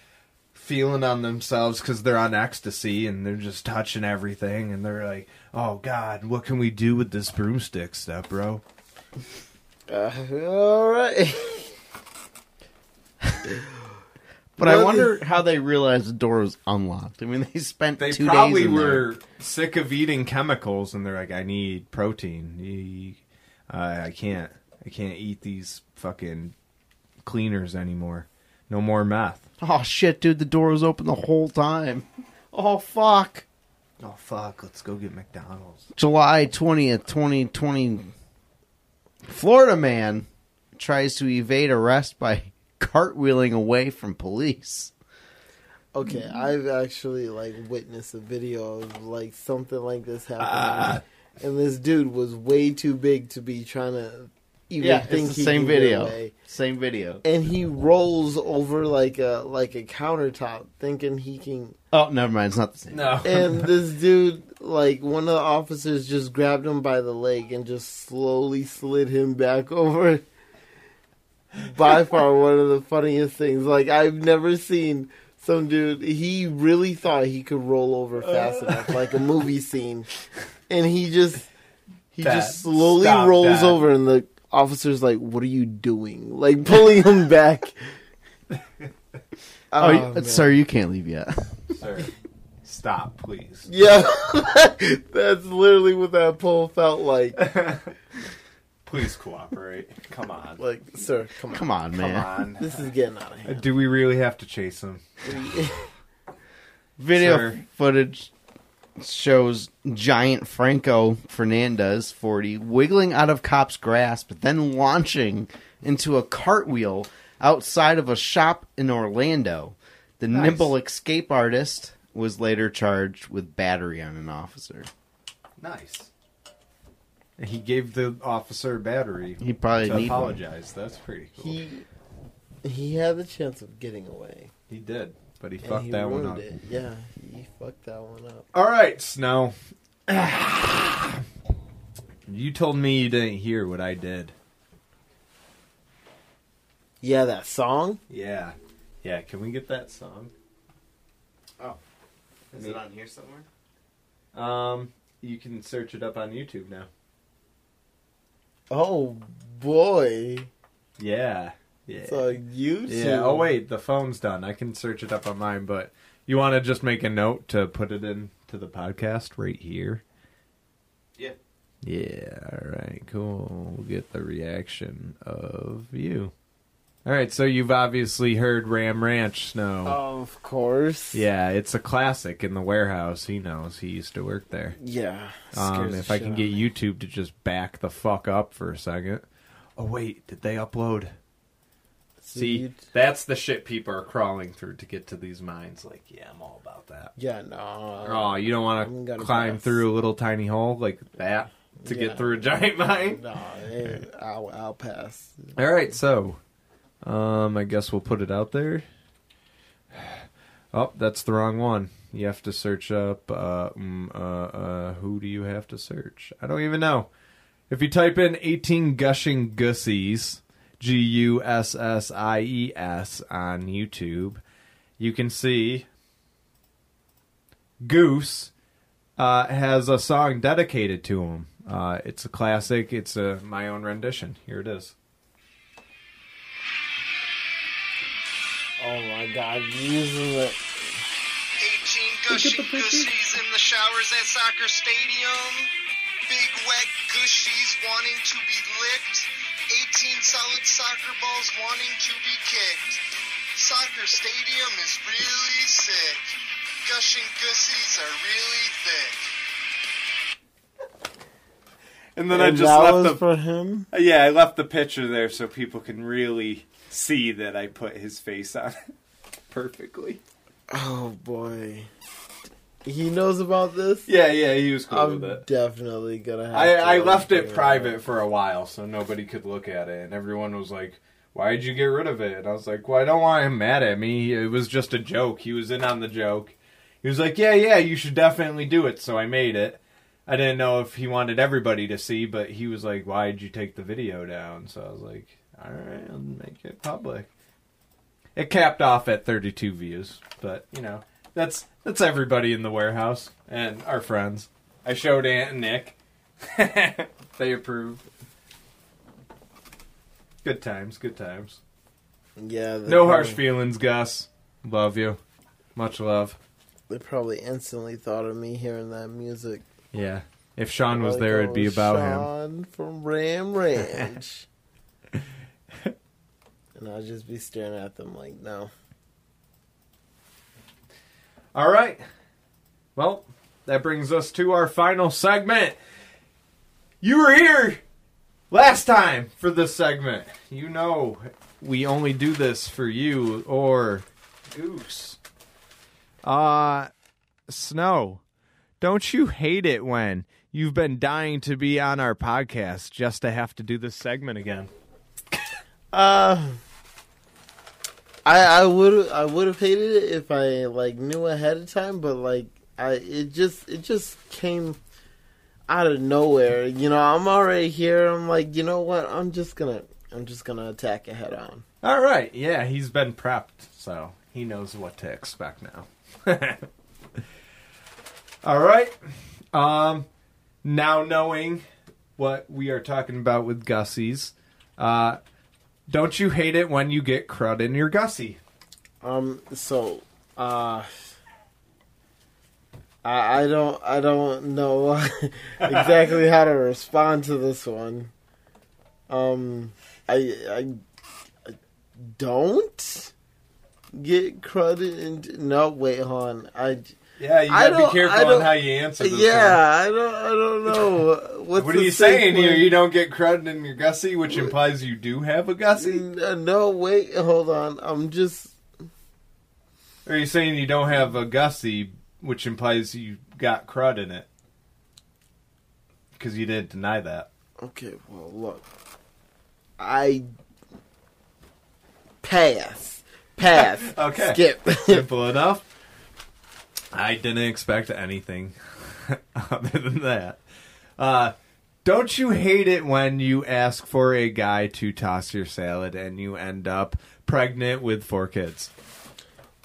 feeling on themselves because they're on ecstasy and they're just touching everything, and they're like, "Oh God, what can we do with this broomstick stuff, bro?" Uh, all right. but I wonder how they realized the door was unlocked. I mean, they spent They two days. probably in there. were sick of eating chemicals, and they're like, "I need protein. E- uh, I can't, I can't eat these fucking cleaners anymore. No more meth." Oh shit, dude! The door was open the whole time. Oh fuck! Oh fuck, let's go get McDonald's. July 20th, 2020. Florida man tries to evade arrest by cartwheeling away from police. Okay, I've actually like witnessed a video of like something like this Ah. happening, and this dude was way too big to be trying to even think it's the he same can get video. away. Same video. And he rolls over like a like a countertop, thinking he can. Oh, never mind. It's not the same. No, And this dude, like one of the officers, just grabbed him by the leg and just slowly slid him back over. By far, one of the funniest things. Like I've never seen some dude. He really thought he could roll over fast Uh. enough, like a movie scene, and he just he Dad, just slowly stop rolls that. over, and the officer's like, "What are you doing?" Like pulling him back. Oh, Oh, you- man. sir, you can't leave yet. sir, stop, please. Yeah, that's literally what that pole felt like. Please cooperate. Come on. Like, sir, come on. Come on, man. on. This is getting out of hand. Do we really have to chase him? Video Sir. footage shows giant Franco Fernandez, 40, wiggling out of cops' grasp, then launching into a cartwheel outside of a shop in Orlando. The nimble escape artist was later charged with battery on an officer. Nice. He gave the officer a battery He probably to need one. apologize. That's pretty cool. He, He he had the chance of getting away. did, but he and fucked he that one up. ruined it. Yeah, he fucked that one up. All right, Snow. you told me you didn't hear what I did. Yeah, that song. Yeah. Yeah, can we get that song? Is it on here somewhere? Um, you can search it up on YouTube now. Oh boy, Yeah. Yeah. it's on YouTube. yeah. Oh wait, the phone's done. I can search it up on mine, but you want to just make a note to put it in to the podcast right here. Yeah. Yeah, all right. Cool. We'll get the reaction of you. All right, so you've obviously heard Ram Ranch Snow. Of course. Yeah, it's a classic in the warehouse. He knows. He used to work there. Yeah. Um, Scares if the I shit can out get of me. YouTube to just back the fuck up for a second. Oh wait, did they upload? See, you- that's the shit people are crawling through to get to these mines. Like, yeah, I'm all about that. Yeah, no. Oh, you don't I'm want to gonna climb pass. through a little tiny hole like that to Yeah. get through a giant mine. No, it, I'll, I'll pass. All right, so um, I guess we'll put it out there. Oh, that's the wrong one. You have to search up. Uh, mm, uh, uh, who do you have to search? I don't even know. If you type in 18 gushing gussies, G U S S I E S, on YouTube, you can see Goose uh, has a song dedicated to him. Uh, it's a classic. It's a my own rendition. Here it is. Oh my god, using it. 18 gushing gussies in the showers at soccer stadium. Big wet gushies wanting to be licked. 18 solid soccer balls wanting to be kicked. Soccer stadium is really sick. Gushing gussies are really thick. And then I And just that left was the for him. yeah, I left the picture there so people can really see that I put his face on it perfectly. Oh boy, he knows about this. Yeah, yeah, he was cool I'm with it. definitely gonna. Have I, to uh, I look left for it private for a while so nobody could look at it, and everyone was like, "Why'd you get rid of it?" And I was like, "Well, I don't want him mad at me. It was just a joke. He was in on the joke. He was like, "Yeah, yeah, you should definitely do it." So I made it. I didn't know if he wanted everybody to see, but he was like, "Why'd you take the video down?" So I was like, "All right, I'll make it public." It capped off at 32 views, but you know, that's that's everybody in the warehouse and our friends. I showed Aunt and Nick. they approved. Good times, good times. Yeah. they No harsh probably- feelings, Gus. Love you. Much love. They probably instantly thought of me hearing that music. Yeah. If Sean Like, was there, it'd be oh, about him. Sean from Ram Ranch. and I'll just be staring at them like, no. All right. Well, that brings us to our final segment. You were here last time for this segment. You know, we only do this for you or Goose. Uh, Snow, don't you hate it when you've been dying to be on our podcast just to have to do this segment again? Uh, I I would I would have hated it if I like knew ahead of time, but like I it just it just came out of nowhere. You know, I'm already here. I'm like, you know what? I'm just gonna I'm just gonna attack it head on. All right. Yeah, he's been prepped, so he knows what to expect now. All right. Um, now knowing what we are talking about with gussies, uh, don't you hate it when you get crud in your gussie? Um. So, uh, I I don't I don't know exactly how to respond to this one. Um, I I, I don't get cruddy and no. Wait, hold on. I Yeah, you gotta I be don't- I careful on don't- how you answer this. one. yeah. I don't I don't know what's What the are you safe saying here? way? You don't get crud in your gussie, which implies you do have a gussie. N- Uh, No, wait, hold on. I'm just Or are you saying you don't have a gussie, which implies you got crud in it? Because you didn't deny that. Okay, well, look. I pass. Pass. Okay. Skip. Simple enough. I didn't expect anything other than that. Uh, Don't you hate it when you ask for a guy to toss your salad and you end up pregnant with four kids?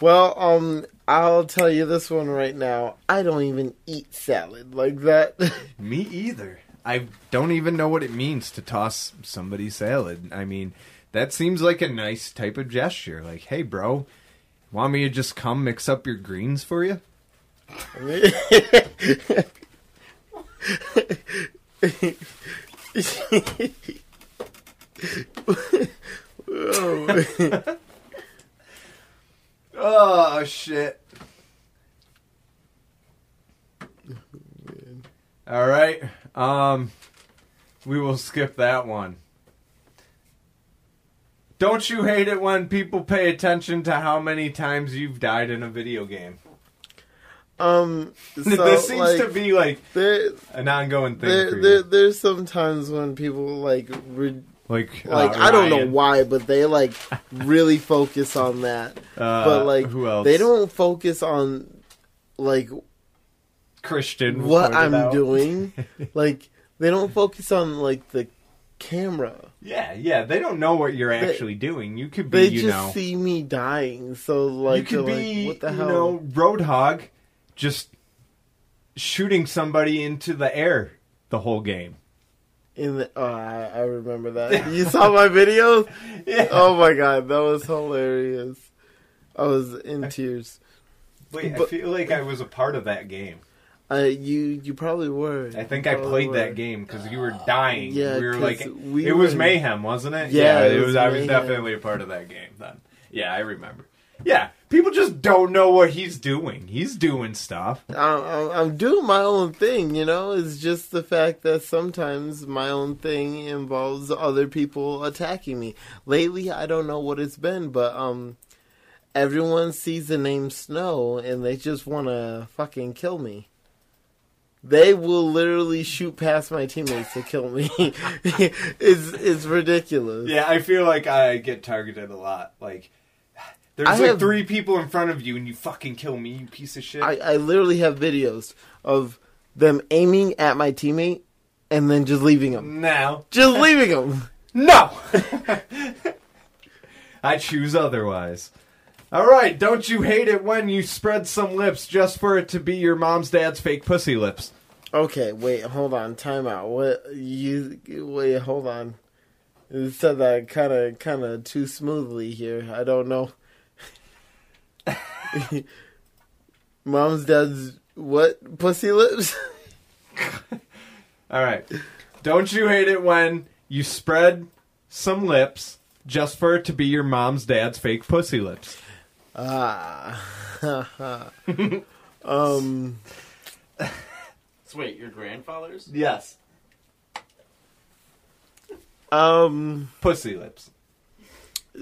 Well, um, I'll tell you this one right now. I don't even eat salad like that. Me either. I don't even know what it means to toss somebody's salad. I mean, that seems like a nice type of gesture. Like, hey, bro, want me to just come mix up your greens for you? Oh, shit. All right. Um, we will skip that one. Don't you hate it when people pay attention to how many times you've died in a video game? um, so, this seems like, to be like There, an ongoing thing. for there, you. there, there's sometimes when people like, re- like, uh, like I don't know why, but they like really focus on that. but like, Uh, who else? they don't focus on like Christian. what pointed I'm out. doing. like, they don't focus on like the camera. Yeah, yeah. They don't know what you're actually doing. You could be, They you just know, see me dying, so you like, could they're be, like, what the you hell? know, Roadhog, just shooting somebody into the air the whole game. In the, oh, I, I remember that. You saw my videos? Yeah. Oh my god, that was hilarious. I was in tears. Wait, I But- feel like I was a part of that game. Uh, you you probably were. I think You I probably played were. that game because you were dying. Oh, uh, Yeah, we were 'cause like, we it was were- mayhem, wasn't it? Yeah, it, it was. was I was mayhem. definitely a part of that game then. Yeah, I remember. Yeah, people just don't know what he's doing. He's doing stuff. I'm, I'm- I'm doing my own thing, you know. It's just the fact that sometimes my own thing involves other people attacking me. Lately, I don't know what it's been, but um, everyone sees the name Snow and they just want to fucking kill me. They will literally shoot past my teammates to kill me. it's it's ridiculous. Yeah, I feel like I get targeted a lot. Like, there's I like have- three people in front of you, and you fucking kill me, you piece of shit. I, I literally have videos of them aiming at my teammate and then just leaving him. now, Just leaving him. no. I choose otherwise. All right, don't you hate it when you spread some lips just for it to be your mom's dad's fake pussy lips? Okay, wait, hold on, time out. What you wait, hold on. You said that kind of kind of too smoothly here. I don't know. Mom's dad's what pussy lips? All right. Don't you hate it when you spread some lips just for it to be your mom's dad's fake pussy lips? Ah. um So wait, your grandfather's? Yes. um Pussy lips.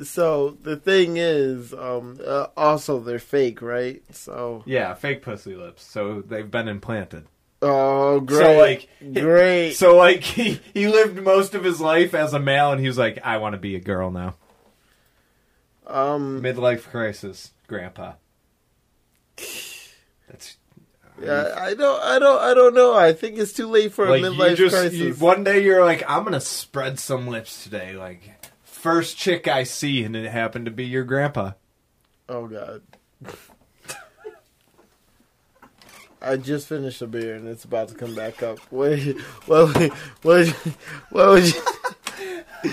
so the thing is um uh, also they're fake, right? So Yeah, fake pussy lips. So they've been implanted. oh great. So like great. So like he, he lived most of his life as a male and he was like I want to be a girl now. um Midlife crisis, grandpa. That's Yeah, I don't, I don't, I don't know. I think it's too late for a like midlife you just crisis. you, one day you're like I'm going to spread some lips today like first chick I see and it happened to be your grandpa. oh god. I just finished a beer and it's about to come back up. What? What? What? What? what would you,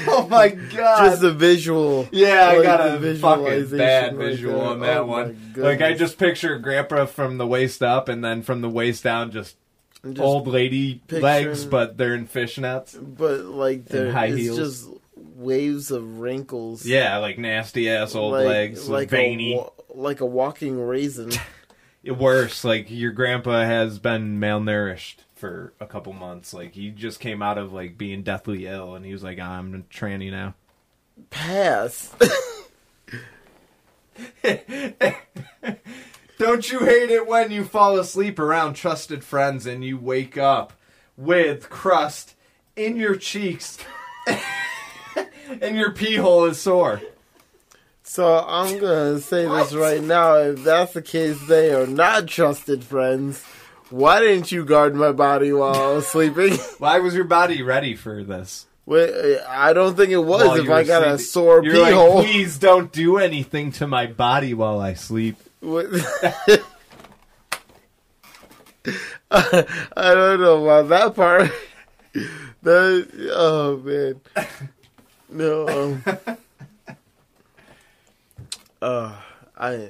Oh my god. just the visual. yeah, I like, got the a fucking visualization bad right visual there. on that Oh, my one. Like I goodness. just picture grandpa from the waist up and then from the waist down just I'm just- old lady picture- legs, but they're in fishnets. but like there, high it's heels. just waves of wrinkles. Yeah, like nasty ass old legs, A, veiny. wa- like a walking raisin. Worse, like your grandpa has been malnourished for a couple months. Like he just came out of like being deathly ill, and he was like, "I'm a tranny now." Pass. Don't you hate it when you fall asleep around trusted friends and you wake up with crust in your cheeks, and your pee hole is sore? So I'm gonna say this right now. If that's the case, they are not trusted friends. Why didn't you guard my body while I was sleeping? Why was your body ready for this? Wait, uh, I don't think it was. While if you I were got a sleeping? sore You're pee like, hole, Please don't do anything to my body while I sleep. What- I don't know about that part. That oh man, no. Um, uh, I,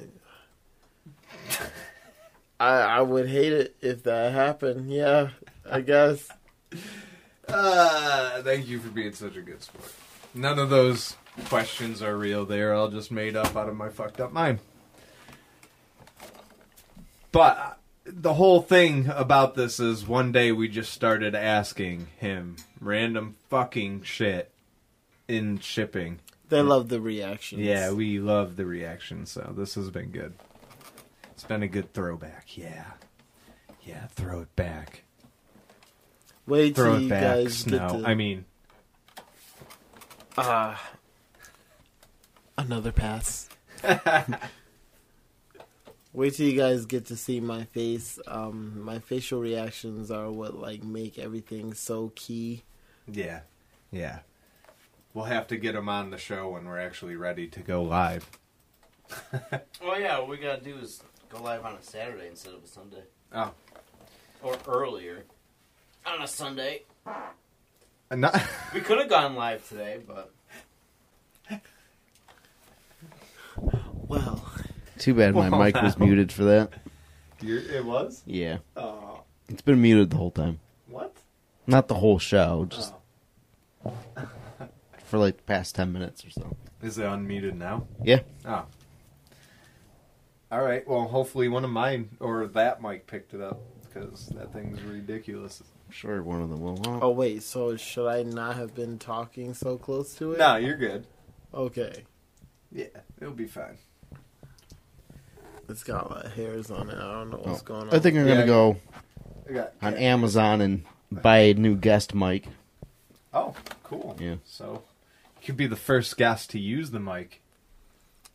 I, I would hate it if that happened. Yeah, I guess. Uh, thank you for being such a good sport. None of those questions are real. They are all just made up out of my fucked up mind. But uh, the whole thing about this is one day we just started asking him random fucking shit in shipping. They love the reactions. Yeah, we love the reaction, so this has been good. It's been a good throwback, yeah. Yeah, throw it back. Wait Throw till it you back, guys get Snow. to I mean, another pass. Wait till you guys get to see my face. Um, my facial reactions are what like make everything so key. yeah, yeah. We'll have to get him on the show when we're actually ready to go live. Well, Oh, yeah, what we gotta do is go live on a Saturday instead of a Sunday. Oh. Or earlier. On a Sunday. And Uh, not- We could have gone live today, but. Well, Too bad my Wow. mic was muted for that. You're, it was? Yeah. Oh, It's been muted the whole time. what? Not the whole show, just for like the past 10 minutes or so. Is it unmuted now? Yeah. Oh. All right, well, hopefully one of mine or that mic picked it up because that thing's ridiculous. I'm sure one of them will. oh wait. So should I not have been talking so close to it? No, you're good. Okay, Yeah, it'll be fine. it's got a lot of hairs on it. I don't know what's going on. Oh. I think I'm going Yeah. to go I got on Amazon and buy a new guest mic. Oh, cool. Yeah. So you could be the first guest to use the mic.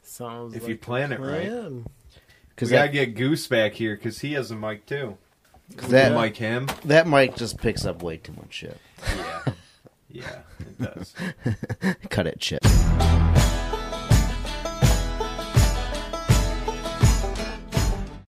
sounds If like you plan it right. plan. We Because gotta that, get Goose back here because he has a mic too. 'cause that, Mic him. that mic just picks up way too much shit. Yeah. yeah, it does. Cut it, shit.